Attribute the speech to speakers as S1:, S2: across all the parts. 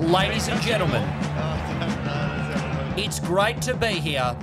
S1: Ladies and gentlemen, it's great to be here.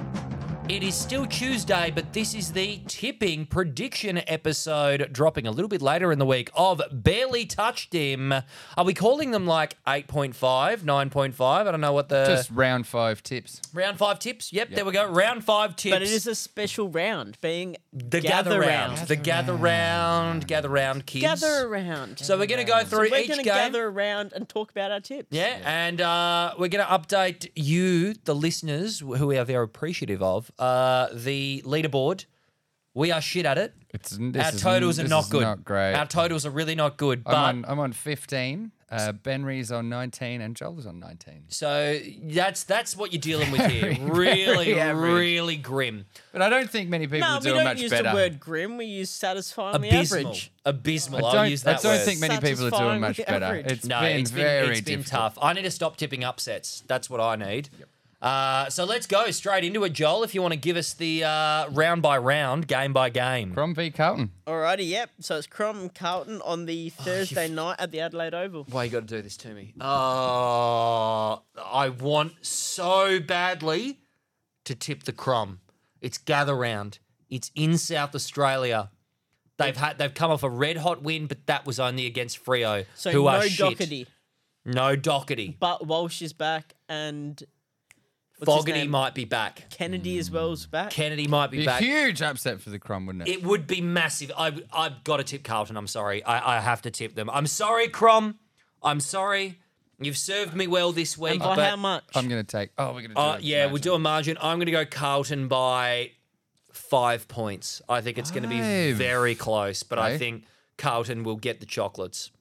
S1: It is still Tuesday, but this is the tipping prediction episode dropping a little bit later in the week of Barely Touched Him. Are we calling them like 8.5, 9.5? I don't know what the.
S2: Just round five tips.
S1: round five tips? Yep, there we go. Round five tips.
S3: But it is a special round, being
S1: the gather, round. The gather round. Gather round, kids.
S3: Gather around.
S1: So we're going to go through
S3: we're
S1: each
S3: gonna
S1: game.
S3: gather around and talk about our tips.
S1: Yeah, and uh, we're going to update you, the listeners, who we are very appreciative of, uh, the leaderboard. We are shit at it.
S2: It's, this
S1: Our
S2: is-
S1: totals
S2: this
S1: are not
S2: is
S1: good.
S2: Not great.
S1: Our totals are really not good. But
S2: I'm, on, I'm on 15. Uh, ben Reeves on 19, and Joel is on 19.
S1: so that's that's what you're dealing with here. really,
S2: very average.
S1: really grim.
S2: But I don't think many people
S3: No, we
S2: do
S3: don't
S2: much
S3: use
S2: better.
S3: the word grim. We use satisfying the
S1: Abysmal.
S3: average.
S2: I
S1: Abysmal.
S2: don't,
S1: I'll use
S2: I
S1: that
S2: don't
S1: word.
S2: think many people are doing
S3: Satisfying
S2: much
S3: the
S2: better.
S3: average.
S2: It's
S1: no,
S2: been
S1: it's been,
S2: very
S1: it's been
S2: difficult.
S1: tough. I need to stop tipping upsets. That's what I need. Uh, so let's go straight into it, Joel. If you want to give us the uh, round by round, game by game.
S2: From v Carlton.
S3: Alrighty, yep. So it's Crom and Carlton on
S1: Oh,
S3: the Thursday night at the Adelaide Oval.
S1: Why you got to do this to me? Oh, I want so badly to tip the crumb. It's gather round. It's in South Australia. They've had they've come off a red hot win, but that was only against Frio,
S3: So
S1: who
S3: no
S1: are shit.
S3: Doherty,
S1: No Doherty.
S3: but Walsh is back and what's his
S1: Fogarty
S3: name?
S1: might be back.
S3: Kennedy as well is back.
S1: Kennedy might be
S2: Be a
S1: back.
S2: huge upset for the Crom, wouldn't it?
S1: It would be massive. I, I've got to tip Carlton. I'm sorry. I, I have to tip them. I'm sorry, Crom. I'm sorry. You've served me well this week.
S3: and by
S1: but
S3: how much?
S2: I'm going to take. Oh, we're going to do
S1: Uh,
S2: it.
S1: yeah, we'll do a margin. I'm going to go Carlton by five points. I think it's going to be
S2: Five.
S1: very close, but I
S2: Okay.
S1: think Carlton will get the chocolates.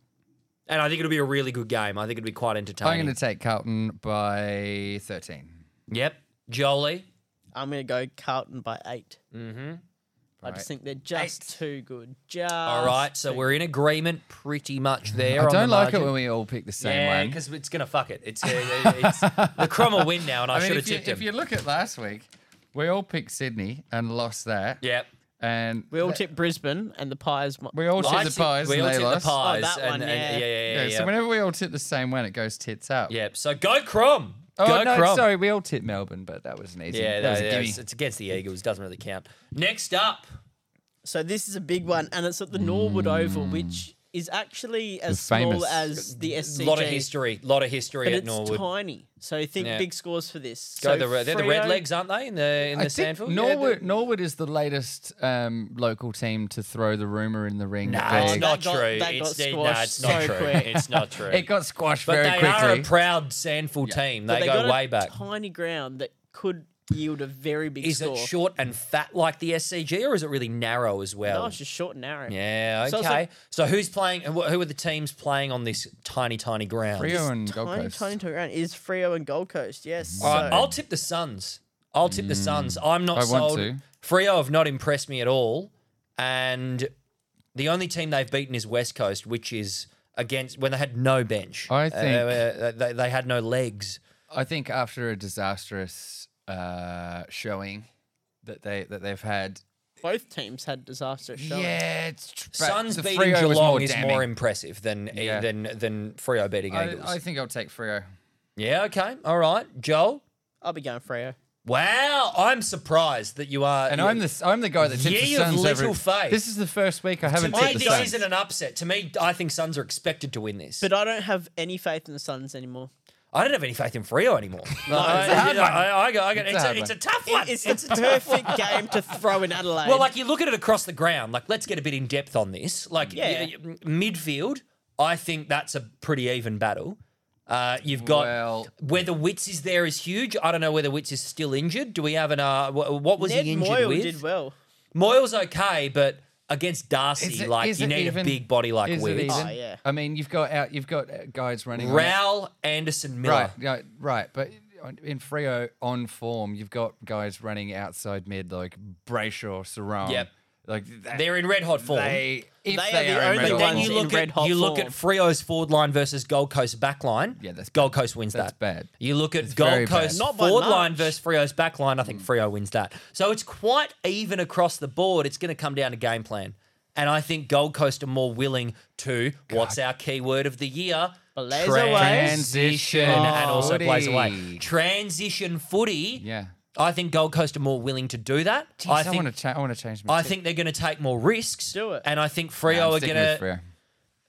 S1: And I think it'll be a really good game. I think it'll be quite entertaining.
S2: I'm going to take Carlton by 13.
S1: Yep. Jolie.
S3: I'm going to go Carlton by eight.
S1: Mm-hmm.
S3: I
S2: Right.
S3: just think they're just too good. Just
S1: All right. So
S3: too
S1: we're in agreement pretty much there.
S2: I
S1: on the
S2: don't like it
S1: margin.
S2: when we all pick the same
S1: Yeah,
S2: one.
S1: because it's going to fuck it. It's, uh, it's The crumb will win now, and I,
S2: I mean,
S1: should have
S2: if you,
S1: tipped him.
S2: if you look at last week, we all picked Sydney and lost that.
S1: Yep.
S2: And
S3: We all
S2: that-
S3: tipped Brisbane and the Pies. mo-
S2: we all
S1: Well, I
S2: tipped the
S1: tipped-
S2: pies
S1: We
S2: and
S1: all
S2: they
S1: tipped
S2: lost.
S1: the
S2: Oh,
S1: pies.
S3: that
S1: and,
S3: one,
S1: and-
S3: yeah.
S1: yeah, yeah, yeah.
S2: Yeah,
S1: yeah.
S2: so whenever we all tip the same one, it goes tits up.
S1: Yep. So go Crom.
S2: Oh
S1: go
S2: no,
S1: Crom.
S2: sorry, we all tip Melbourne, but that was an easy.
S1: Yeah,
S2: that was
S1: no,
S2: a
S1: yeah,
S2: gimme.
S1: it's, it's against the Eagles. Doesn't really count. Next up,
S3: So this is a big one, and it's at the Norwood Oval, which is actually as small
S2: famous.
S3: as the SCG.
S1: a lot of history. lot of history
S3: but
S1: at
S3: it's
S1: Norwood.
S3: tiny. So think
S1: Yeah.
S3: big scores for this.
S1: Go
S3: so
S1: the, re- they're the
S3: Freo-
S1: red legs, aren't they? In the in
S2: I
S1: the
S2: think
S1: Sandfield.
S2: Norwood, Norwood is the latest um, local team to throw the rumor in the ring.
S1: Nah,
S2: that
S1: it's
S2: they-
S1: not
S3: That got-
S1: true.
S3: that
S1: It's
S3: got
S1: no, it's not
S3: squashed so
S1: true.
S3: quick.
S1: It's not true.
S2: It got squashed
S1: but
S2: very
S1: they
S2: quickly.
S1: are a proud Sandford team.
S3: but
S1: They,
S3: got
S1: go
S3: a
S1: way back.
S3: Tiny ground that could yield a very big
S1: Is
S3: score.
S1: it short and fat like the SCG, or is it really narrow as well?
S3: No, it's just short and narrow.
S1: yeah.
S3: So
S1: Okay.
S3: it's
S1: So,
S3: like-
S1: who's playing? and wh- Who are the teams playing on this tiny, tiny ground?
S2: Rio and Gold
S3: Tiny,
S2: Coast.
S3: tiny, tiny ground is Frio and Gold Coast. Yes.
S1: All right,
S3: so-
S1: Mm. Oh, I'll tip the Suns. I'll tip the Suns. I'm not
S2: Mm. I want
S1: sold.
S2: to.
S1: Frio have not impressed me at all, and the only team they've beaten is West Coast, which is against when they had no bench.
S2: I
S1: Uh,
S2: think-
S1: uh, they, they had no legs.
S2: I think after a disastrous uh, showing that they that they've had.
S3: Both teams had disastrous showings.
S2: Yeah, it's tr- but
S1: Suns
S2: the
S1: beating
S2: Freo was
S1: Geelong
S2: more
S1: is
S2: damning.
S1: more impressive than eh,
S2: Yeah.
S1: than than Frio beating
S2: I,
S1: Eagles.
S2: I think I'll take Frio.
S1: yeah. Okay. All right, Joel.
S3: I'll be going Frio.
S1: Wow, I'm surprised that you are.
S2: And
S1: you-
S2: I'm the I'm the guy that tips
S1: Ye
S2: the
S1: of
S2: Suns every-
S1: little faith.
S2: This is the first week I
S1: to
S2: haven't
S1: me,
S2: tipped the
S1: this
S2: Suns.
S1: isn't an upset. To me, I think Suns are expected to win this.
S3: But I don't have any faith in the Suns anymore.
S1: I don't have any faith in Frio anymore. I, I, I- I go- I go-
S2: a
S1: it's,
S2: hard
S1: a, it's a
S2: one.
S1: tough one.
S3: It- It's the perfect game to throw in Adelaide.
S1: well, like you look at it across the ground. Like, let's get a bit in depth on this. Like,
S3: Yeah.
S1: y- y- midfield, I think that's a pretty even battle. Uh, you've got
S2: Well-
S1: whether Wits is there is huge. I don't know whether Wits is still injured. Do we have an uh? wh- What was
S3: Ned
S1: he injured
S3: Moyle
S1: with?
S3: did well.
S1: Moyle's okay, but against
S2: Is
S1: Darcy,
S2: it-
S1: like
S2: is
S1: you
S2: it
S1: need
S2: even?
S1: a big body like
S2: Is it
S1: Wits.
S2: even?
S3: Oh, yeah.
S2: I mean, you've got out. You've got uh, guys running. on-
S1: Raul Anderson Miller.
S2: Right, yeah, right. But on- in Frio on form, you've got guys running outside mid like Brayshaw, Sarong.
S1: Yep.
S2: Like that,
S1: They're in red hot form.
S2: they, if
S3: They
S2: they,
S3: are the
S2: are, in
S3: only
S2: red
S1: But then
S3: ones
S1: you
S2: form,
S3: in
S1: look
S3: red
S1: at
S3: hot
S1: you look
S3: form.
S1: at Frio's forward line versus Gold Coast back line.
S2: Yeah, that's
S1: Gold Coast wins
S2: That's
S1: that.
S2: bad.
S1: You look at
S2: very
S1: Gold
S2: bad. Hmm.
S1: Coast
S3: Not by
S1: forward line
S3: much.
S1: versus Frio's back line. I think Frio wins that. So it's quite even across the board. It's going to come down to game plan, and I think Gold Coast are more willing to what's our key word of the year
S3: Blaze away.
S1: transition
S2: Oh.
S1: and also plays away.
S2: Footy.
S1: Transition footy.
S2: Yeah.
S1: I think Gold Coast are more willing to do that.
S2: I,
S1: I think
S2: want to. Cha- I want to change. My
S1: I think they're going to take more risks.
S3: Do it.
S1: And I think
S2: I'm
S1: Frio are
S2: sticking
S1: going
S2: with
S1: to
S2: Freo.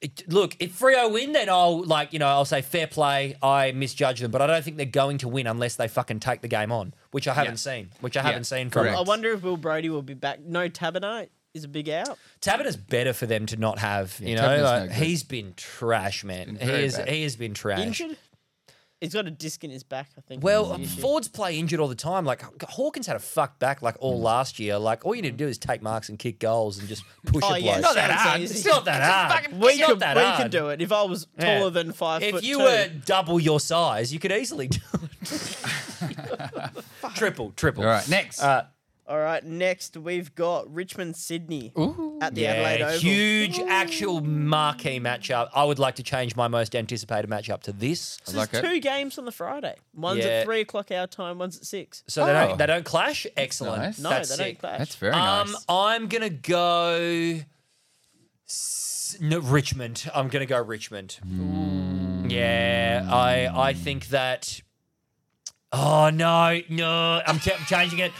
S1: it- look, if Frio win, then I'll like you know I'll say fair play. I misjudge them, but I don't think they're going to win unless they fucking take the game on, which I haven't seen, which I haven't seen from
S2: correct.
S3: I
S1: them.
S3: wonder if Will Brody will be back. No Tabernite is a big out.
S1: Taberna's better for them to not have. you know,
S2: Taberna's no
S1: like,
S2: good.
S1: he's been trash, man.
S2: Been
S1: he
S2: very
S1: is.
S2: bad.
S1: He has been trash.
S3: Injured? He's got a disc in his back, I think.
S1: Well,
S3: is the issue.
S1: Fords play injured all the time. Like Hawkins had a fuck back like all last year. Like all you need to do is take marks and kick goals and just push
S3: Oh,
S1: a bloke.
S3: yeah,
S1: Not that
S3: sounds
S1: hard.
S3: easy.
S1: It's not that hard.
S3: we
S1: It's not
S3: could,
S1: that
S3: we
S1: hard.
S3: could do it. If I was
S1: Yeah.
S3: taller than five
S1: If
S3: foot
S1: you
S3: two,
S1: were double your size, you could easily do it. triple, triple.
S2: All right, next.
S1: Uh,
S3: All right, next we've got Richmond Sydney
S2: Ooh.
S3: at the Adelaide
S1: yeah,
S3: Oval.
S1: huge actual marquee matchup. I would like to change my most anticipated matchup to this.
S2: I
S3: So
S2: like
S3: there's
S2: it.
S3: two games on the Friday. One's
S1: Yeah.
S3: at three o'clock our time. One's at six.
S1: So they
S2: Oh.
S1: don't they don't clash. Excellent.
S2: nice.
S3: No,
S1: That's
S3: they don't
S1: sick.
S3: clash.
S2: That's very
S1: um,
S2: nice.
S1: I'm gonna go. s- No, Richmond. I'm gonna go Richmond.
S2: Mm.
S1: Yeah, I I think that. Oh no, no! I'm, ch- I'm changing it,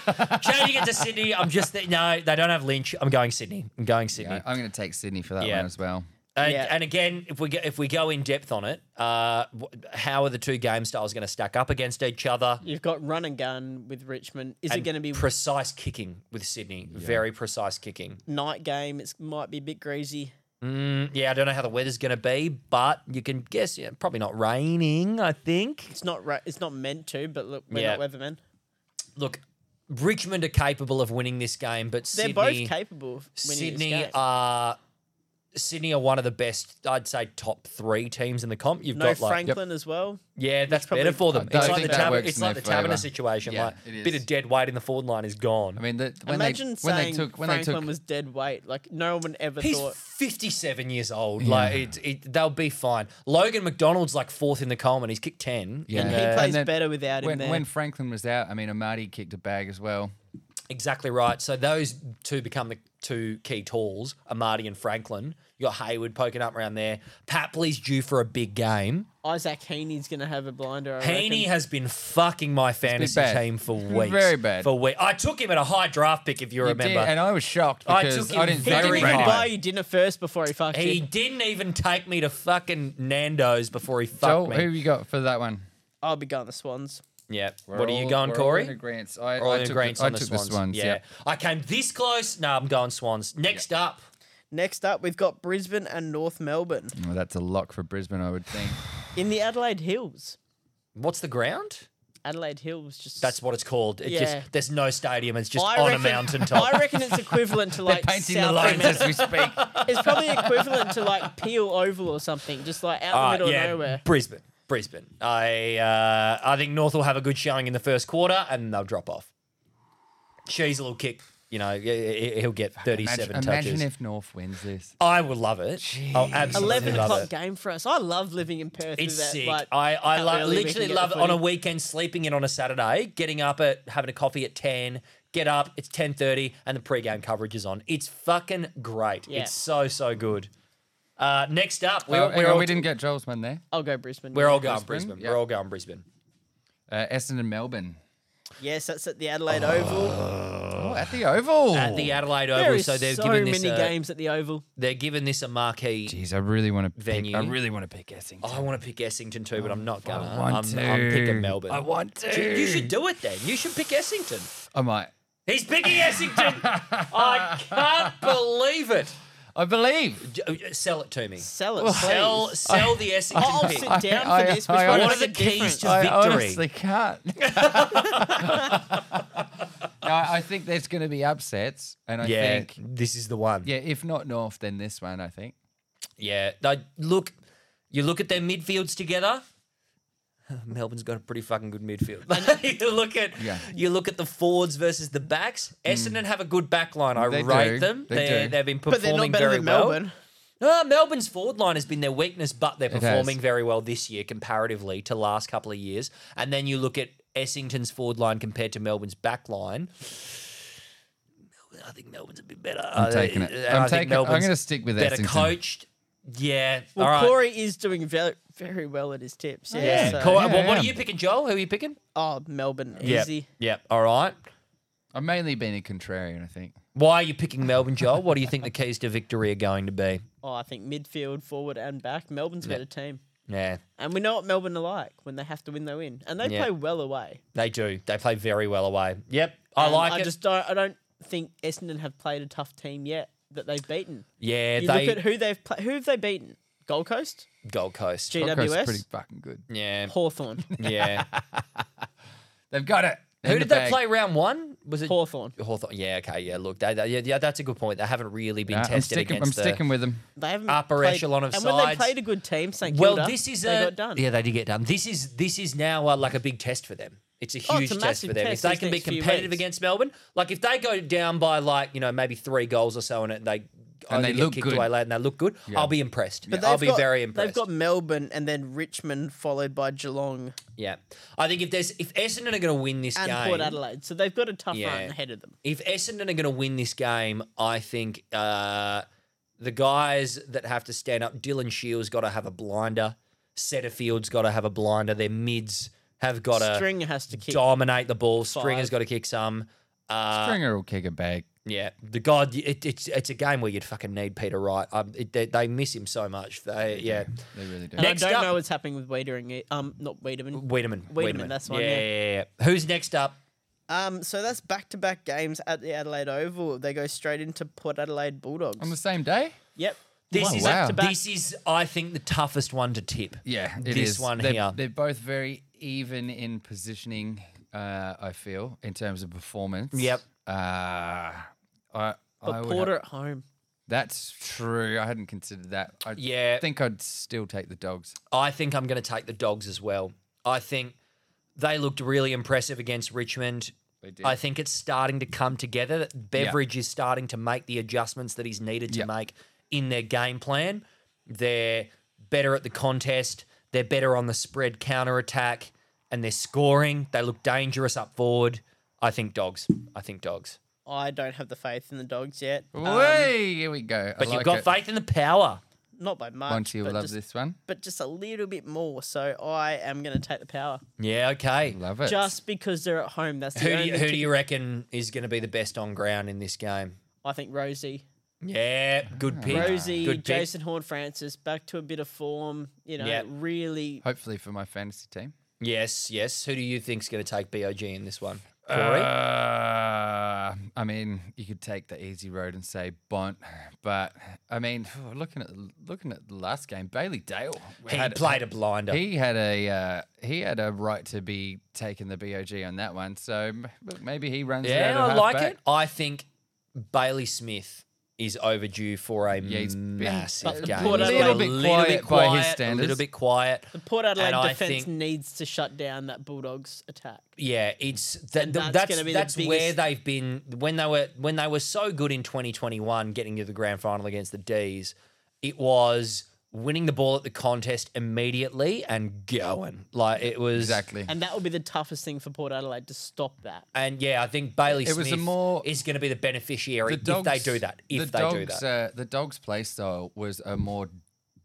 S1: changing it to Sydney. I'm just th- no, they don't have Lynch. I'm going Sydney. I'm going Sydney.
S2: Yeah, I'm going to take Sydney for that
S1: Yeah.
S2: one as well.
S1: And,
S3: Yeah.
S1: and again, if we go, if we go in depth on it, uh, wh- how are the two game styles going to stack up against each other?
S3: You've got run and gun with Richmond. Is it
S1: And
S3: going to be
S1: precise kicking with Sydney? Very precise kicking.
S3: night game? It might be a bit greasy.
S1: Mm, yeah, I don't know how the weather's going to be, but you can guess. Yeah, probably not raining. I think.
S3: It's not. Ra- it's not meant to. But look, we're
S1: Yeah.
S3: not weathermen.
S1: Look, Richmond are capable of winning this game, but
S3: They're
S1: Sydney,
S3: both capable of winning
S1: Sydney
S3: this game.
S2: uh,
S1: are Sydney are one of the best. I'd say top three teams in the comp. You've
S3: no
S1: got like
S3: Franklin as well.
S1: yeah, that's
S3: probably-
S1: better for them.
S2: I
S1: It's like
S2: think
S1: the
S2: that
S1: Taber,
S2: works
S1: it's
S2: in
S1: like the
S2: their
S1: Taberna
S2: favour.
S1: situation.
S2: Yeah,
S1: like
S2: it
S1: bit
S2: is.
S1: of dead weight in the forward line is gone.
S2: I mean, the, when
S3: Imagine
S2: they when they
S3: saying
S2: took when
S3: Franklin
S2: they took
S3: was dead weight. Like no one ever
S1: He's
S3: thought.
S1: 57 years old. Like it, it, they'll be fine. Logan McDonald's like fourth in the Coleman. He's kicked 10.
S2: Yeah.
S1: And,
S3: He
S1: uh,
S2: And
S3: plays
S2: then
S3: better without him
S2: when,
S3: there.
S2: when Franklin was out. I mean, Amadi kicked a bag as well.
S1: Exactly right. So those two become the two key tools, Amadi and Franklin. You got Hayward poking up around there. Papley's due for a big game.
S3: Isaac Heaney's going to have a blinder. I
S1: Heaney
S3: reckon.
S1: has been fucking my fantasy
S2: bad.
S1: team for
S2: It's been
S1: weeks.
S2: very bad.
S1: For weeks. I took him at a high draft pick, if you,
S2: You did,
S1: remember.
S2: and I was shocked
S1: I
S2: because
S1: took
S2: I,
S1: him
S2: didn't.
S3: He
S1: very
S3: didn't
S2: think
S3: even
S1: high.
S3: buy you dinner first before he fucked
S1: he
S3: you.
S1: didn't even take me to fucking Nando's before he fucked
S2: Joel,
S1: me.
S2: who you got for that one?
S3: I'll be going the Swans.
S1: yeah.
S2: We're
S1: What are
S2: all-
S1: you going,
S2: we're all
S1: Corey?
S2: in agreeance. I,
S1: All
S2: I
S1: in
S2: took,
S1: agreeance
S2: the,
S1: on
S2: I
S1: the
S2: took
S1: Swans.
S2: the Swans.
S1: yeah. I came this close. No, I'm going Swans. Next up.
S3: Next up, we've got Brisbane and North Melbourne
S2: Well, that's a lock for Brisbane, I would think.
S3: in the Adelaide Hills.
S1: What's the ground?
S3: Adelaide Hills just
S1: That's what it's called. It
S3: Yeah.
S1: just there's no stadium. It's just
S3: I
S1: on
S3: reckon,
S1: a mountaintop.
S3: I reckon it's equivalent to
S2: They're
S3: like
S2: painting
S3: South
S2: the lines as
S3: Fremantle.
S2: we speak.
S3: It's probably equivalent to like Peel Oval or something, just like out
S2: Ah,
S1: All
S3: in
S1: right,
S3: the middle
S1: Uh, yeah,
S3: of nowhere.
S1: Brisbane, Brisbane. I uh, I think North will have a good showing in the first quarter and they'll drop off. She's a little kick. You know, he- he- he'll get 37
S2: Imagine,
S1: touches.
S2: imagine if North wins this.
S1: I would love it. I'll absolutely
S3: Eleven
S1: love
S3: o'clock
S1: it.
S3: game for us. I love living in Perth.
S1: It's
S3: with that,
S1: sick.
S3: Like,
S1: I, I
S3: how
S1: lo-
S3: early we
S1: literally
S3: can get
S1: love it
S3: the
S1: on a
S3: footy.
S1: weekend, sleeping in on a Saturday, getting up at having a coffee at ten, get up, it's ten thirty, and the pregame coverage is on. It's fucking great.
S3: Yeah.
S1: It's so so good. Uh, next up, we're,
S2: Well,
S1: we're, all,
S2: Oh, we didn't get Joel's one there.
S3: I'll go Brisbane.
S1: we're all going Brisbane.
S2: Brisbane,
S1: We're
S2: yeah.
S1: all going Brisbane.
S2: Uh, Essendon, Melbourne.
S3: Yes, that's at the Adelaide Oval.
S2: Oh, at the Oval.
S1: At the Adelaide
S3: There
S1: Oval,
S3: is
S1: so they've
S3: so
S1: given
S3: many
S1: this a,
S3: games at the Oval.
S1: they're given this a marquee.
S2: Jeez, I really want to pick.
S1: Venue.
S2: I really want to pick Essendon.
S1: I want to pick Essington too, but I'm not gonna.
S2: I want
S1: I'm,
S2: to.
S1: I'm picking Melbourne.
S2: I want to.
S1: You- You should do it then. You should pick Essington.
S2: I might.
S1: He's picking Essington. I can't believe it.
S2: I believe.
S1: J- uh, Sell it to me. Oh,
S3: Sell it,
S1: Sell,
S3: please.
S1: sell the Essington
S3: I'll
S1: pick.
S3: sit down
S2: I-
S3: for this.
S2: I-
S3: Which
S2: I
S3: one
S2: honestly-
S3: is the keys
S1: to-
S3: to?
S1: I
S2: I
S1: victory.
S2: honestly can't. no, I think there's going to be upsets, and I
S1: yeah,
S2: think
S1: this is the one.
S2: yeah, if not North, then this one. I think.
S1: Yeah. they- look, you look at their midfields together. Melbourne's got a pretty fucking good midfield. you look at
S2: Yeah.
S1: you look at the forwards versus the backs. Essendon have a good back line. I
S2: They
S1: rate
S2: do.
S1: them.
S2: They
S1: They're-
S2: do.
S1: They've been
S3: But
S1: performing
S3: they're not better
S1: very
S3: than
S1: well.
S3: Melbourne.
S1: No, Melbourne's forward line has been their weakness, but they're
S2: has.
S1: performing very well this year comparatively to last couple of years. And then you look at Essington's forward line compared to Melbourne's back line. Melbourne- I think Melbourne's a bit better. Uh,
S2: I'm taking it. I'm taking. I'm going to stick with
S1: better
S2: Essendon.
S1: coached. Yeah.
S3: Well,
S1: all right.
S3: Corey is doing very, very well at his tips. Yeah.
S1: yeah.
S3: so-
S1: Cor-
S2: Yeah,
S1: what, what
S2: yeah.
S1: are you picking, Joel? Who are you picking?
S3: Oh, Melbourne,
S1: Yep.
S3: easy.
S1: Yep. All right.
S2: I've mainly been a contrarian, I think.
S1: Why are you picking Melbourne, Joel? What do you think the keys to victory are going to be?
S3: Oh, I think midfield, forward, and back. Melbourne's a better team.
S1: Yeah,
S3: And we know what Melbourne are like. When they have to win, they win. And they
S1: Yeah.
S3: play well away.
S1: they do. They play very well away. Yep. I
S3: And
S1: like
S3: I
S1: it.
S3: just don't. I don't think Essendon have played a tough team yet that they've beaten.
S1: yeah,
S3: You
S1: they
S3: look at who they've played. Who have they beaten? Gold Coast,
S1: Gold Coast.
S2: Gold Coast's pretty
S3: GWS,
S2: fucking good.
S1: Yeah.
S3: Hawthorn,
S1: Yeah.
S2: They've got it.
S1: Who
S2: in
S1: did
S2: the
S1: they
S2: bag.
S1: play round one? Was it
S3: Hawthorn.
S1: Hawthorn? Yeah, okay, yeah. Look, they, they- yeah, yeah, that's a good point. They haven't really been
S2: Nah, I'm
S1: tested
S2: sticking, I'm
S1: against the
S2: sticking with them.
S3: They haven't
S1: Upper
S3: played-
S1: echelon of
S3: and when they
S1: sides.
S3: played a good team, St
S1: Well,
S3: Kilda,
S1: this is
S3: they
S1: a
S3: got done.
S1: yeah, they did get done. This is this is now uh, like a big test for them. It's a
S3: Oh,
S1: huge
S3: it's a
S1: test for
S3: massive
S1: them.
S3: test
S1: if they
S3: these
S1: can be
S3: next few
S1: competitive
S3: weeks.
S1: against Melbourne, like if they go down by like you know maybe three goals or so, and it- they only
S2: they
S1: get
S2: look
S1: kicked
S2: good.
S1: away late and they look good, I'll be impressed.
S3: But
S1: I'll
S3: they've
S1: be
S3: got-
S1: very impressed.
S3: They've got Melbourne and then Richmond, followed by Geelong
S1: yeah, I think if there's if Essendon are going to win this
S3: and
S1: game,
S3: Port Adelaide. So they've got a tough
S1: Yeah.
S3: run ahead of them.
S1: if Essendon are going to win this game, I think uh, the guys that have to stand up, Dylan Shields got to have a blinder. Setterfield's got to have a blinder. Their mids have got to
S3: Stringer has to kick.
S1: dominate the ball. Stringer's
S3: Five.
S1: got to kick some. Uh,
S2: Stringer will kick a bag.
S1: yeah, the God, it, it's it's a game where you'd fucking need Peter Wright. Um, it, they, they miss him so much. They, yeah,
S2: They really do.
S3: And I
S1: Next
S3: don't
S1: up-
S3: know what's happening with Wiedering. Um, not Wiedemann.
S1: Wiedemann.
S3: Wiedemann, that's one, yeah.
S1: yeah, yeah. Who's next up?
S3: Um, so that's back-to-back games at the Adelaide Oval. They go straight into Port Adelaide Bulldogs.
S2: On the same day?
S3: Yep.
S1: This
S2: Wow,
S1: is
S2: wow.
S1: this is I think the toughest one to tip.
S2: Yeah, it is.
S1: This one
S2: they're,
S1: here.
S2: They're both very even in positioning. Uh, I feel in terms of performance.
S1: Yep.
S2: Uh, I, I
S3: But
S2: would
S3: Porter
S2: ha-
S3: at home.
S2: that's true. I hadn't considered that. I
S1: Yeah.
S2: think I'd still take the dogs.
S1: I think I'm going to take the dogs as well. I think they looked really impressive against Richmond.
S2: They did.
S1: I think it's starting to come together. that Beveridge is starting to make the adjustments that he's needed to
S2: Yeah.
S1: make in their game plan. They're better at the contest. They're better on the spread counter attack, and they're scoring. They look dangerous up forward. I think dogs. I think dogs.
S3: I don't have the faith in the dogs yet. Um,
S2: Way, here we go.
S1: But you've got faith in the power.
S3: not by much.
S2: Monty will
S3: but
S2: love
S3: just,
S2: this one.
S3: But just a little bit more. So I am going to take the power.
S1: Yeah. Okay.
S2: Love it.
S3: Just because they're at home. That's
S1: Who
S3: the
S1: do
S3: only
S1: you, who do
S3: kick-
S1: you reckon is going to be the best on ground in this game?
S3: I think Rosie.
S1: Yeah, good pick.
S3: Rosie,
S1: good pick.
S3: Jason Horn Francis, back to a bit of form. You know,
S1: Yeah.
S3: really.
S2: hopefully for my fantasy team.
S1: Yes, yes. Who do you think's going to take BOG in this one? Corey?
S2: Uh, I mean, you could take the easy road and say Bont, but I mean, looking at looking at the last game, Bailey Dale
S1: he played a blinder.
S2: He had a uh, he had a right to be taking the BOG on that one. So m- maybe he runs. it out
S1: yeah,
S2: of
S1: I like
S2: halfback.
S1: it. I think Bailey Smith is overdue for a
S2: Yeah, he's been
S1: massive
S3: But
S1: game.
S3: Port Adelaide- Little bit
S2: quiet by his
S1: A little
S2: standards.
S1: bit quiet.
S3: The Port
S1: And
S3: Adelaide
S1: I
S3: defence
S1: think-
S3: needs to shut down that Bulldogs attack.
S1: Yeah, it's that
S3: And
S1: the-
S3: that's
S1: that's that's,
S3: gonna be the
S1: where
S3: biggest-
S1: they've been when they were when they were so good in 2021 getting to the grand final against the D's. It was winning the ball at the contest immediately and going. Like it was
S2: Exactly.
S3: And that will be the toughest thing for Port Adelaide to stop that.
S1: And yeah, I think Bailey
S2: It
S1: Smith
S2: was a more-
S1: is going to be the beneficiary
S2: The dogs,
S1: if they do that. If
S2: the
S1: they
S2: dogs,
S1: do that.
S2: Uh, the dog's play style was a more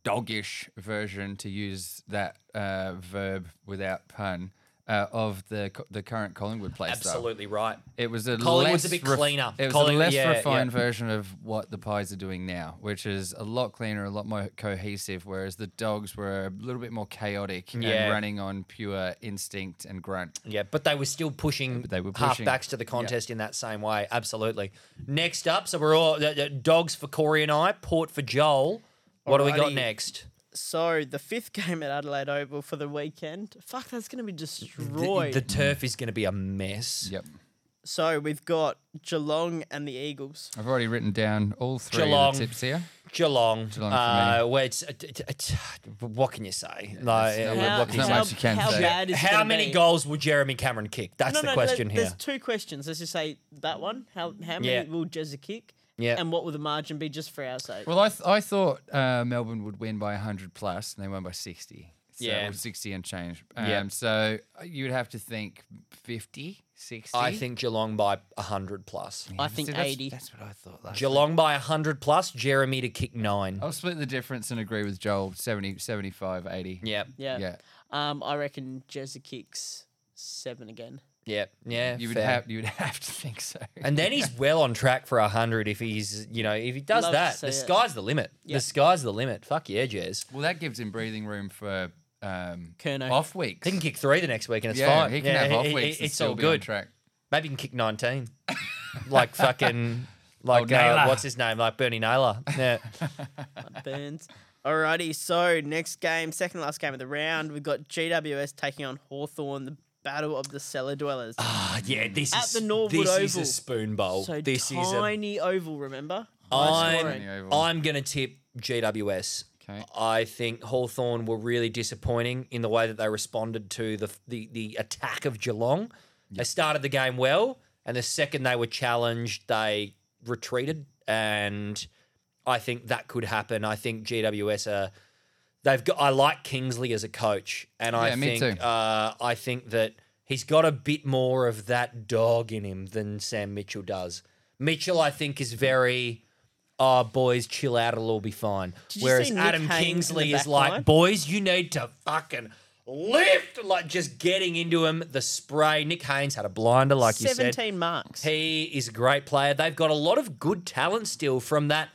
S2: doggish version, to use that uh, verb without pun, uh, of the co- the current Collingwood play style.
S1: Absolutely right.
S2: It was a
S1: Collingwood's a
S2: less
S1: bit
S2: ref-
S1: cleaner.
S2: It was a
S1: Collingwood-
S2: less
S1: yeah,
S2: refined
S1: yeah.
S2: version of what the Pies are doing now, which is a lot cleaner, a lot more cohesive. Whereas the Dogs were a little bit more chaotic
S1: Yeah.
S2: and running on pure instinct and grunt.
S1: Yeah, but they were still pushing
S2: they were pushing.
S1: halfbacks to the contest in that same way. Absolutely. Next up, so we're all uh, uh, dogs for Corey and I, Port for Joel. What do we got
S3: Alrighty.
S1: next?
S3: So the fifth game at Adelaide Oval for the weekend. Fuck, that's going to be
S1: The-
S3: destroyed.
S1: The, turf is going to be a mess.
S2: Yep,
S3: so we've got Geelong and the Eagles.
S2: I've already written down all three
S1: Geelong.
S2: of the tips here.
S1: Geelong.
S2: Geelong for
S1: uh, where it's, it- it- it- what can you say? Like, uh,
S2: not much-
S3: How,
S2: there's
S1: what can you
S2: not
S1: say?
S3: how,
S2: much you can
S3: how
S2: say.
S3: bad is it
S1: How
S3: gonna
S1: many
S3: be?
S1: goals will Jeremy Cameron kick? That's
S3: No,
S1: the
S3: no,
S1: question
S3: there-
S1: here.
S3: There's two questions. Let's just say that one. How how many
S1: Yeah.
S3: will Jezza kick?
S1: Yeah.
S3: And what will the margin be just for our sake?
S2: Well, I th- I thought uh, Melbourne would win by 100 plus, and they won by 60. so
S3: Yeah.
S2: or 60 and change. Um,
S1: Yeah.
S2: So you'd have to think 50, 60.
S1: I think Geelong by 100 plus.
S3: I think
S2: See, that's-
S3: 80.
S2: That's, what I thought. Last
S1: Geelong by 100 plus, Jeremy to kick nine.
S2: I'll split the difference and agree with Joel 70, 75, 80.
S1: Yep.
S3: Yeah.
S2: Yeah.
S3: Um, I reckon Jezza kicks seven again.
S1: Yep. Yeah.
S2: You would
S1: fair.
S2: have you would have to think so.
S1: And then he's well on track for 100 if he's, you know, if he does
S3: Love to
S1: that.
S3: see
S1: The
S3: it.
S1: sky's the limit.
S3: Yeah.
S1: The sky's the limit. Fuck yeah, Jez.
S2: well, that gives him breathing room for um,
S3: Kerno.
S2: off weeks.
S1: He can kick three the next week and it's
S2: yeah,
S1: fine.
S2: he can have off
S1: it-
S2: weeks.
S1: it-
S2: and
S1: it's
S2: still
S1: all
S2: be on
S1: good.
S2: Track.
S1: Maybe he can kick 19. like fucking, like,
S2: Oh,
S1: uh,
S2: Naylor.
S1: what's his name? Like Bernie Naylor. Yeah.
S3: Burns. Alrighty, so next game, second last game of the round, we've got GWS taking on Hawthorn, the battle of the cellar dwellers.
S1: Ah, yeah, this
S3: At
S1: is
S3: the Norwood
S1: this is
S3: Oval.
S1: a spoon bowl.
S3: so
S1: Oh, this is a
S3: tiny oval, remember? High scoring.
S2: Tiny
S1: I'm,
S2: oval.
S1: I'm going to tip GWS.
S2: Okay.
S1: I think Hawthorn were really disappointing in the way that they responded to the the, the attack of Geelong. They started the game well, and the second they were challenged, they retreated. And I think that could happen. I think GWS are they've got. I like Kingsley as a coach, and I
S2: Yeah, me
S1: think
S2: too.
S1: Uh, I think that he's got a bit more of that dog in him than Sam Mitchell does. Mitchell, I think, is very. Oh, boys, chill out. It'll all be fine.
S3: Did you
S1: Whereas
S3: see Nick
S1: Adam
S3: Haynes in
S1: Kingsley
S3: the
S1: is
S3: back
S1: like,
S3: line?
S1: boys, you need to fucking lift. Like, just getting into him. The spray. Nick Haynes had a blinder, like you said.
S3: 17 marks.
S1: He is a great player. They've got a lot of good talent still from that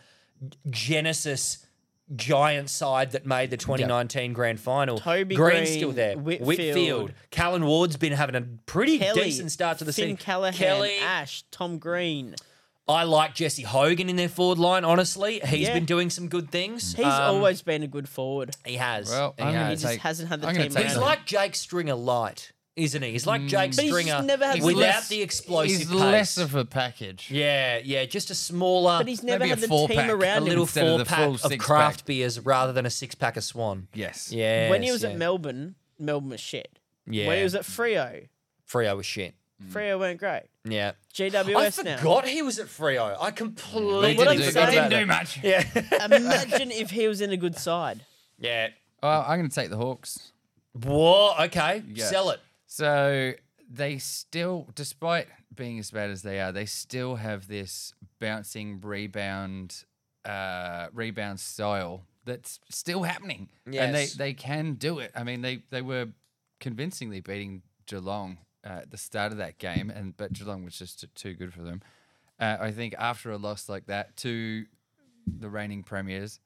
S1: Genesis giant side that made the 2019 grand final.
S3: Toby
S1: Green's
S3: Green,
S1: still there.
S3: Whitfield.
S1: Callan Ward's been having a pretty
S3: Kelly,
S1: decent start to the
S3: Finn
S1: season.
S3: Callahan,
S1: Kelly,
S3: Ash, Tom Green.
S1: I like Jesse Hogan in their forward line, honestly. he's
S3: Yeah.
S1: been doing some good things.
S3: He's
S1: Um,
S3: always been a good forward.
S1: He has.
S2: Well,
S1: he
S2: I'm gonna
S3: He
S1: has.
S3: just
S2: take-
S3: hasn't had the
S2: I'm gonna
S3: team
S2: take
S3: around
S1: He's
S2: that.
S3: him.
S1: like Jake Stringer light, isn't he? He's
S2: Mm.
S1: like Jake
S3: But he's just
S1: Stringer
S3: never had the
S1: without
S2: less-
S1: the explosive
S4: He's
S1: pace.
S4: less of a package.
S1: Yeah, yeah, just a smaller,
S3: But he's never
S2: Maybe
S3: had
S2: a
S3: the
S2: four
S3: team
S2: pack, a
S1: uh, a
S3: around him.
S1: little
S2: instead of
S1: four
S2: the
S1: pack
S2: full
S1: of
S2: six
S1: craft
S2: pack.
S1: beers rather than a six pack of Swan.
S2: Yes.
S1: Yeah,
S3: When he was
S1: yeah.
S3: at Melbourne, Melbourne was shit.
S1: yeah,
S3: When he was at Frio,
S1: Frio was shit.
S3: Frio weren't great.
S1: Yeah, I
S3: GWS now.
S1: forgot he was at Frio. I completely
S2: He didn't,
S3: I'm
S2: do, he
S1: forgot
S3: saying-
S2: didn't
S1: about
S2: do
S1: that.
S2: much.
S1: Yeah,
S3: Imagine if he was in a good side.
S1: yeah.
S2: Well, I'm going to take the Hawks.
S1: Whoa, okay,
S2: Yeah.
S1: sell it.
S2: So they still, despite being as bad as they are, they still have this bouncing rebound, uh, rebound style that's still happening. And they,
S1: Yes.
S2: they can do it. I mean, they, they were convincingly beating Geelong uh, at the start of that game, and but Geelong was just t- too good for them. Uh, I think after a loss like that to the reigning premiers,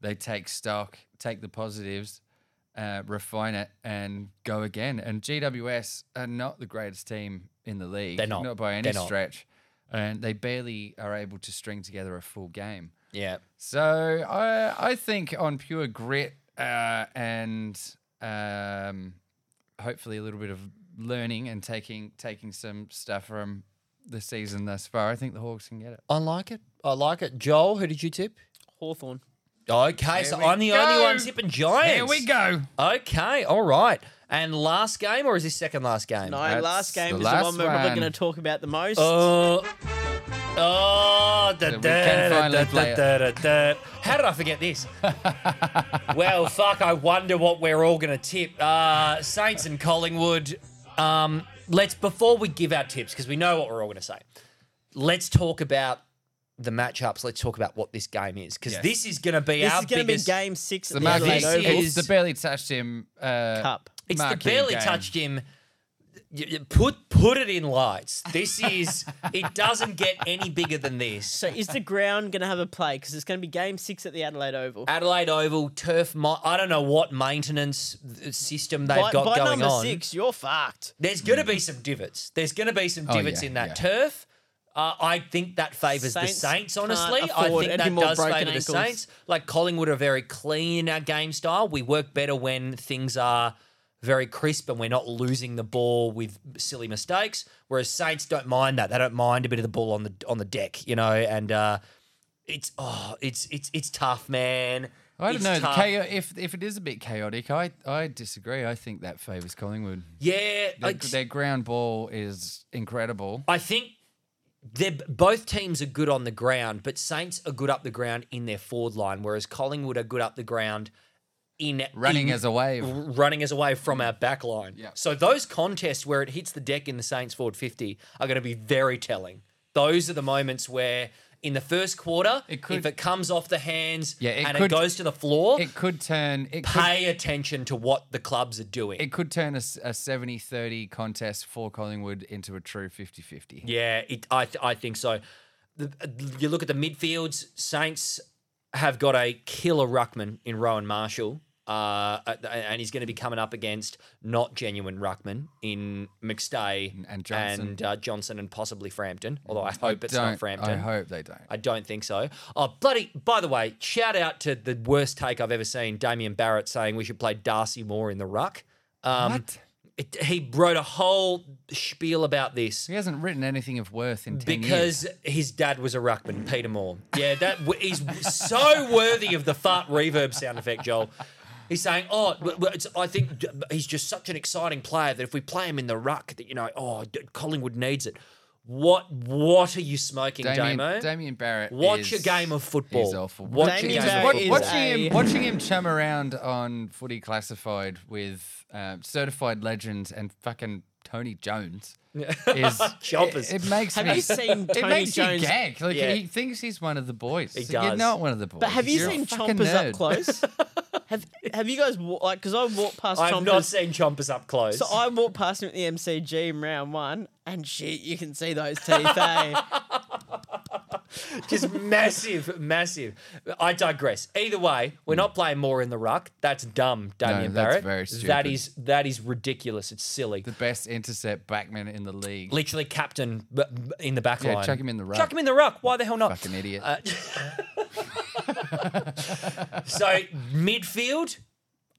S2: they take stock, take the positives, uh, refine it, and go again. And GWS are not the greatest team in the league.
S1: They're not.
S2: Not by any
S1: They're not.
S2: stretch. And they barely are able to string together a full game.
S1: Yeah,
S2: So I, I think on pure grit uh, and um, hopefully a little bit of learning and taking taking some stuff from the season thus far, I think the Hawks can get it.
S1: I like it. I like it. Joel, who did you tip?
S3: Hawthorn.
S1: Okay, so
S2: we
S1: I'm the only
S2: go.
S1: one tipping Giants.
S2: Here we go.
S1: Okay, all right. And last game, or is this second last game?
S3: No,
S2: That's
S3: last game
S2: the
S3: is
S2: last
S3: the one we're probably
S2: one.
S3: going to talk about the most.
S1: Uh, oh, da, da,
S2: we can
S1: da,
S2: finally
S1: da,
S2: play
S1: da, da, da. how did I forget this? well, fuck, I wonder what we're all going to tip. Uh, Saints and Collingwood. Um, let's, before we give our tips, because we know what we're all going to say, let's talk about the matchups. Let's talk about what this game is, because
S2: Yes.
S1: this is going to be
S3: this
S1: our
S3: is going to be
S1: biggest.
S3: game six
S2: The
S3: at the Adelaide
S2: Marquee,
S1: Marquee
S3: Oval
S2: it's the barely touched him uh,
S3: Cup.
S1: It's the
S2: marquee
S1: barely
S2: game.
S1: touched him. Y- y- Put put it in lights. This is it doesn't get any bigger than this.
S3: So is the ground going to have a play? Because it's going to be game six at the Adelaide Oval.
S1: Adelaide Oval turf. Mi- I don't know what maintenance uh, system they've
S3: by
S1: got
S3: by
S1: going
S3: number
S1: on.
S3: six, you're fucked.
S1: There's going to be some divots. There's going to be some
S2: Mm. Oh,
S1: divots
S2: yeah,
S1: in that
S2: yeah.
S1: turf. Uh, I think that favours the Saints.
S3: Saints can't
S1: Honestly, I
S3: afford
S1: think
S3: any
S1: that
S3: more
S1: does
S3: broken
S1: favour the
S3: ankles.
S1: Saints. Like Collingwood are very clean in our game style. We work better when things are very crisp and we're not losing the ball with silly mistakes. Whereas Saints don't mind that. They don't mind a bit of the ball on the on the deck, you know. And uh, it's oh, it's it's it's tough, man.
S2: I don't
S1: It's
S2: know. The
S1: tough.
S2: chao- if if it is a bit chaotic, I, I disagree. I think that favours Collingwood.
S1: yeah,
S2: Their,
S1: it's-
S2: their ground ball is incredible.
S1: I think they're both teams are good on the ground, but Saints are good up the ground in their forward line, whereas Collingwood are good up the ground in
S2: running
S1: in-
S2: as a wave.
S1: running us away from our back line.
S2: Yeah.
S1: So those contests where it hits the deck in the Saints forward 50 are going to be very telling. Those are the moments where in the first quarter,
S2: It could-
S1: if it comes off the hands
S2: Yeah, it
S1: and it
S2: could-
S1: goes to the floor,
S2: It could turn. It could,
S1: pay attention to what the clubs are doing.
S2: it could turn a, s- a 70-30 contest for Collingwood into a true 50-50.
S1: yeah, it, I, th- I think so. The, you look at the midfields, Saints have got a killer ruckman in Rowan Marshall. Uh, and he's going to be coming up against not genuine ruckman in McStay
S2: and Johnson. Mm,
S1: and uh, Johnson and possibly Frampton. Although I hope it's
S2: Don't-
S1: not Frampton.
S2: I hope they don't.
S1: I don't think so. Oh, bloody! By the way, shout out to the worst take I've ever seen. Damien Barrett saying we should play Darcy Moore in the ruck. Um,
S2: what?
S1: It, he wrote a whole spiel about this
S2: He hasn't written anything of worth in ten years.
S1: because his dad was a ruckman, Peter Moore. Yeah, that w- he's so worthy of the fart reverb sound effect, Joel. He's saying, "Oh, w- w- it's, I think d- he's just such an exciting player that if we play him in the ruck, that you know, oh, d- Collingwood needs it." What What are you smoking,
S2: Damien,
S1: Damo?
S2: Damien Barrett.
S1: Watch
S2: is,
S1: a game of football.
S2: He's awful.
S1: Watch
S3: Damien
S1: a game
S3: Barrett
S1: of
S2: Watch-
S3: is
S1: football.
S2: watching him,
S3: a-
S2: watching him chum around on Footy Classified with uh, certified legends and fucking Tony Jones is
S1: Chompers.
S2: It, it makes
S3: Have
S2: me.
S3: you seen
S2: it
S3: Tony
S2: makes
S3: Jones?
S2: you gag. Like
S1: Yeah.
S2: he thinks he's one of the boys. He You're
S1: does.
S2: not one of the boys.
S3: But have you
S2: You're a
S3: seen
S2: fucking
S3: Chompers
S2: nerd.
S3: up close? have Have you guys wa- like? Because I walked past
S1: I've
S3: Chompers.
S1: not seen Chompers up close.
S3: so I walked past him at the MCG in round one, and shit, you can see those teeth. eh?
S1: Just massive, massive. I digress. Either way, we're not playing more in the ruck. That's dumb, Damien
S2: that's
S1: Barrett.
S2: very
S1: That
S2: stupid.
S1: is that is ridiculous. It's silly.
S2: The best intercept backman in the league.
S1: Literally, captain b- b- in the back
S2: Yeah,
S1: line.
S2: chuck him in the ruck.
S1: Chuck him in the ruck. Why the hell not?
S2: Fucking idiot.
S1: Uh, so midfield,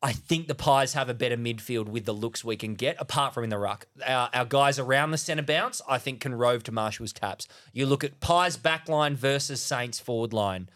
S1: I think the Pies have a better midfield with the looks we can get, apart from in the ruck. Our, our guys around the centre bounce, I think, can rove to Marshall's taps. You look at Pies back line versus Saints forward line.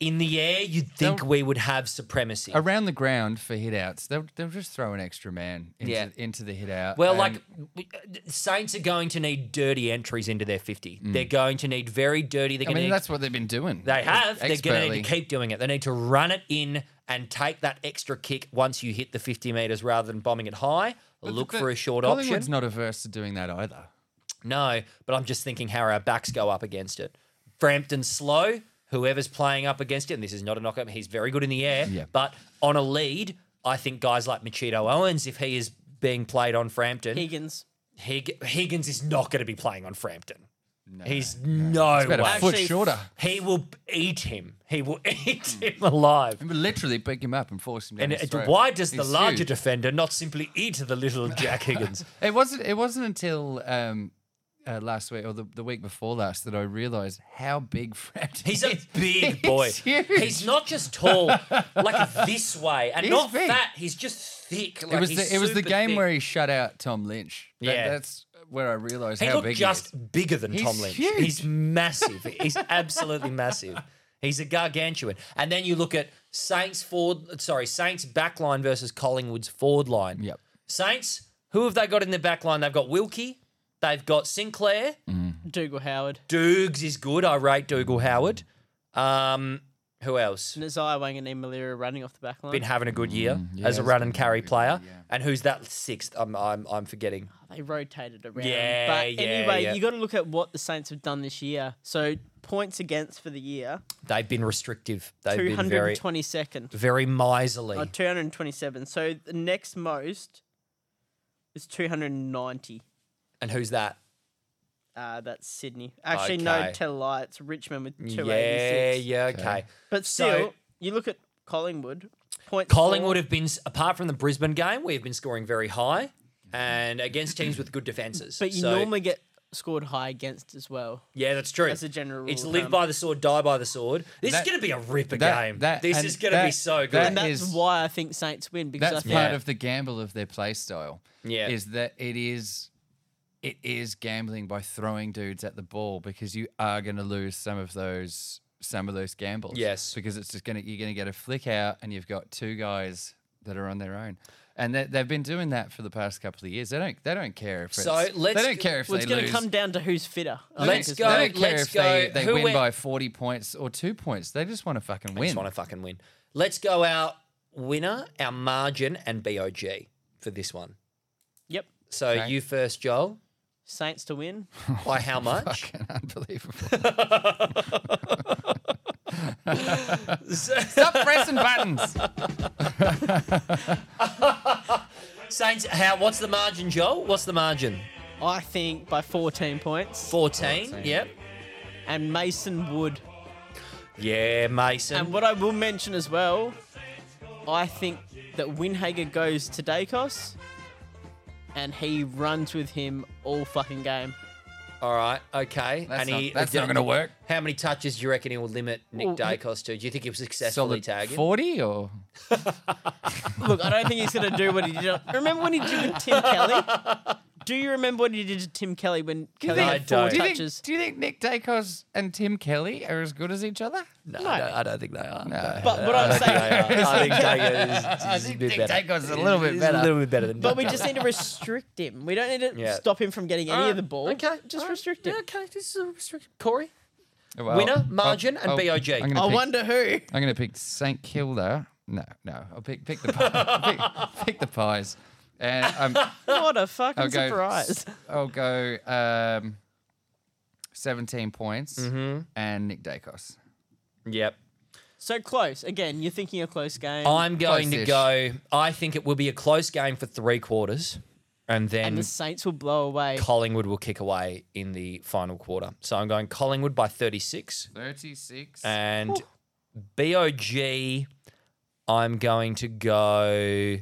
S1: In the air, you'd think
S2: They'll-
S1: we would have supremacy.
S2: Around the ground for hit outs, they'll, they'll just throw an extra man into,
S1: Yeah.
S2: into the hit out.
S1: Well,
S2: and-
S1: like we- uh, Saints are going to need dirty entries into their fifty. They're going to need very dirty. They're
S2: Mm.
S1: going
S2: I mean,
S1: to need
S2: that's what they've been doing.
S1: They have. They're going to
S2: expertly.
S1: need to keep doing it. They need to run it in and take that extra kick once you hit the 50 metres rather than bombing it high. Look
S2: But
S1: for a short option.
S2: Collingwood's not averse to doing that either.
S1: no, but I'm just thinking how our backs go up against it. Frampton slow. Whoever's playing up against it, and this is not a knockup, he's very good in the air.
S2: Yeah.
S1: But on a lead, I think guys like Machito Owens, if he is being played on Frampton,
S3: Higgins.
S1: Hig- Higgins is not going to be playing on Frampton. he's no
S2: About
S1: way.
S2: a foot
S3: Actually,
S2: shorter.
S1: He will eat him. He will eat him alive.
S2: We literally pick him up and force him down.
S1: And
S2: his
S1: it-
S2: throat.
S1: why does the
S2: Mm. He's
S1: larger
S2: huge.
S1: defender not simply eat the little Jack Higgins?
S2: It wasn't. It wasn't until um, uh, last week or the, the week before last that I realised how big Frampton.
S1: He's a
S2: is.
S1: big boy.
S2: He's huge.
S1: not just tall, like this way, and
S2: He's
S1: not
S2: big.
S1: fat. He's just thick. Like
S2: it was.
S1: he's
S2: The, it was the
S1: super
S2: game
S1: thick.
S2: where he shut out Tom Lynch. That-
S1: Yeah.
S2: that's where I realised
S1: he
S2: how
S1: looked
S2: big
S1: just
S2: he is.
S1: bigger than
S2: He's
S1: Tom Lynch.
S2: huge.
S1: He's massive. He's absolutely massive. He's a gargantuan. And then you look at Saints forward, sorry, Saints backline versus Collingwood's forward line.
S2: Yep.
S1: Saints, who have they got in their back line? They've got Wilkie, they've got Sinclair,
S2: Mm.
S3: Dougal Howard.
S1: Doogs is good. I rate Dougal Howard. Um, who else?
S3: Nazai Wangan and Malira running off the back line.
S1: Been having a good year
S2: Mm, yeah,
S1: as a
S2: he's
S1: run
S2: been
S1: and carry
S2: good,
S1: player.
S2: yeah.
S1: And who's that sixth? I'm I'm I'm forgetting.
S3: they rotated around.
S1: Yeah,
S3: but
S1: yeah,
S3: anyway,
S1: yeah.
S3: you got to look at what the Saints have done this year. So points against for the year,
S1: They've been restrictive. They've
S3: two
S1: been
S3: hundred
S1: very
S3: and twenty second.
S1: very miserly.
S3: Oh, 227. So the next most is 290.
S1: and who's that?
S3: Uh, that's Sydney. Actually, no,
S1: Okay.
S3: tell a lie. It's Richmond with
S1: Yeah,
S3: 286.
S1: yeah, okay.
S2: Okay.
S3: But
S1: So-
S3: still, you look at Collingwood. Points
S1: Collingwood
S3: for-
S1: have been apart from the Brisbane game, we have been scoring very high and against teams with good defenses.
S3: But you
S1: So-
S3: normally get scored high against as well.
S1: Yeah, that's true.
S3: As a general rule. um,
S1: It's
S3: of
S1: live
S3: thumb.
S1: by the sword, die by the sword. This is
S2: That-
S1: going to be a ripper
S2: that-
S1: game.
S2: that-
S1: this
S2: and
S1: is going to be
S2: that-
S1: so good.
S2: that
S3: And that's
S2: is-
S3: why I think Saints win because
S2: That's
S3: I
S1: Yeah.
S2: part of the gamble of their play style.
S1: Yeah.
S2: Is that it is it is gambling by throwing dudes at the ball because you are gonna lose some of those some of those gambles.
S1: Yes.
S2: Because it's just gonna you're gonna get a flick out and you've got two guys that are on their own. And they, they've been doing that for the past couple of years. They don't they don't care if it's,
S1: So let's
S2: they don't
S1: go-
S2: care if
S3: Well,
S2: they
S3: it's going
S2: lose.
S3: to come down to who's fitter. I
S1: Let's
S3: think, as
S1: go-
S2: they
S3: well.
S2: don't care
S1: let's
S2: if they,
S1: go-
S2: they
S1: who
S2: win
S1: went-
S2: by forty points or two points. They just want to fucking
S1: I
S2: win.
S1: just want to fucking win. Let's go out winner, our margin, and BOG for this one.
S3: Yep.
S1: So
S2: Okay.
S1: you first, Joel.
S3: Saints to win.
S1: By how much?
S2: Fucking unbelievable.
S1: So-
S2: Pressing buttons.
S1: Saints, how? What's the margin, Joel? What's the margin?
S3: I think by 14 points.
S1: 14? Yep.
S3: And Mason Wood.
S1: Yeah, Mason.
S3: And what I will mention as well, I think that Winhager goes to Dacos and he runs with him all fucking game.
S1: All right, okay.
S2: That's
S1: and
S2: not-
S1: he,
S2: that's not gonna work.
S1: How many touches do you reckon he will limit Nick
S3: Well, he-
S1: Dacos to? Do you think he'll successfully
S2: Solid
S1: tag him?
S2: 40 or?
S3: Look, I don't think he's going to do what he did. Remember when he did with Tim Kelly? Do you remember what he did to Tim Kelly when Kelly
S1: think-
S3: had four
S1: I don't.
S2: Do you, think,
S3: touches?
S2: do you think Nick Dacos and Tim Kelly are as good as each other?
S1: No, I don't, I don't think they are. No.
S3: But what I'm saying-
S1: I think Dacos is, is a bit
S2: Nick
S1: better.
S2: Dacos is a little bit
S1: He's
S2: better.
S1: A little bit better than.
S3: But we
S1: Nick
S3: just
S1: Dacos.
S3: need to restrict him. We don't need to
S1: Yeah.
S3: stop him from getting any of the ball.
S1: Okay, all
S3: Just
S1: right.
S3: restrict
S1: Yeah,
S3: him.
S1: okay, this is a restriction. Corey.
S2: Well,
S1: Winner,
S2: I'll-
S1: margin, and
S2: I'll-
S1: BOG.
S2: I'm
S3: I
S2: gonna pick-
S3: wonder who.
S2: I'm going to pick St Kilda. No, no, I'll pick pick the pi- pick, pick the pies, and um,
S3: What a fucking
S2: I'll go.
S3: surprise.
S2: I'll go um, seventeen points
S1: Mm-hmm.
S2: and Nick Dacos.
S1: Yep.
S3: So close. Again, you're thinking a close game.
S1: I'm going to
S2: Close-ish.
S1: go. I think it will be a close game for three quarters, and then
S3: and the Saints will blow away.
S1: Collingwood will kick away in the final quarter. So I'm going Collingwood by 36.
S2: Thirty six.
S1: And BOG, I'm going to go.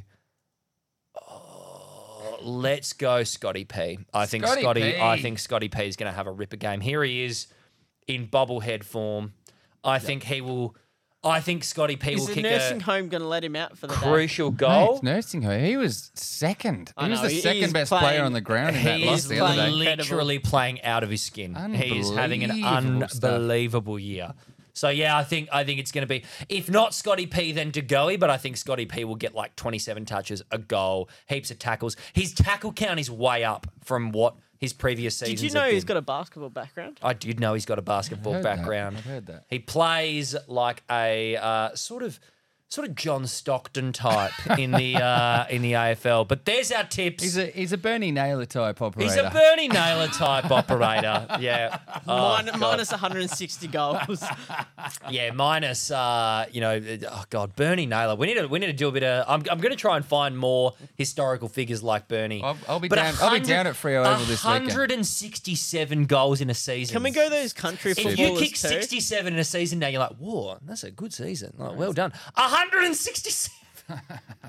S1: Oh, let's go, Scotty P. I think
S2: Scotty
S1: Scotty.
S2: P.
S1: I think Scotty P is going to have a ripper game. Here he is, in bobblehead form. I think he will. I think Scotty P
S3: Is
S1: will
S3: the
S1: kick
S3: nursing
S1: a
S3: home going to let him out for the day?
S1: crucial goal.
S2: nursing her. He was second. He
S3: I
S2: was
S3: know,
S2: the
S3: he-
S2: second
S3: he's
S2: best
S3: playing-
S2: player on the ground in that
S1: He
S2: loss
S1: is
S2: the other day.
S3: playing-
S1: literally playing out of his skin. He is having an
S2: Unbelievable stuff.
S1: unbelievable year. So yeah, I think I think it's going to be if not Scotty P then Degoe, but I think Scotty P will get like 27 touches, a goal, heaps of tackles. His tackle count is way up from what his previous seasons.
S3: Did you know
S1: have
S3: he's
S1: been.
S3: got a basketball background?
S1: I did know he's got a basketball
S2: heard that.
S1: background.
S2: I've heard that.
S1: He plays like a uh, sort of sort of John Stockton type in the uh, in the AFL. But there's our tips.
S2: He's a he's a Bernie Naylor type operator.
S1: He's a Bernie Naylor type operator. Yeah. Oh,
S3: Min- minus 160 goals.
S1: yeah, minus uh, you know, uh, oh god, Bernie Naylor. We need to we need to do a bit of I'm I'm going to try and find more historical figures like Bernie.
S2: I'll- I'll be
S1: a
S2: down- I'll be
S1: hundred-
S2: down at Freo Oval this weekend.
S1: 167 goals in a season.
S3: Can we go those country
S1: If you
S3: footballers
S1: kick
S3: too?
S1: 67 in a season now, you're like, whoa, that's a good season. Like, well done. 167.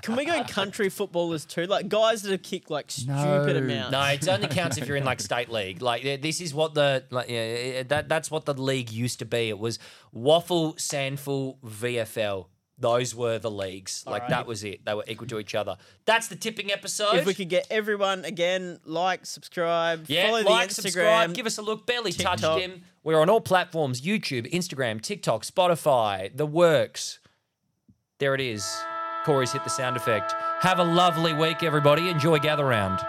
S3: Can we go country footballers too? Like guys that have kicked like stupid
S2: No.
S3: amounts.
S1: No, it only counts if you're in like state league. Like th- this is what the like yeah, eh, that that's what the league used to be. It was Waffle, Sandful, VFL. Those were the leagues. Like that was it. They were equal to each other. That's the tipping episode.
S3: If we could get everyone again, like, subscribe,
S1: yeah,
S3: follow
S1: like,
S3: the Instagram.
S1: subscribe, give us a look. Barely touched
S3: TikTok.
S1: him. We're on all platforms: YouTube, Instagram, TikTok, Spotify, the works. There it is. Corey's hit the sound effect. Have a lovely week, everybody. Enjoy Gather Round.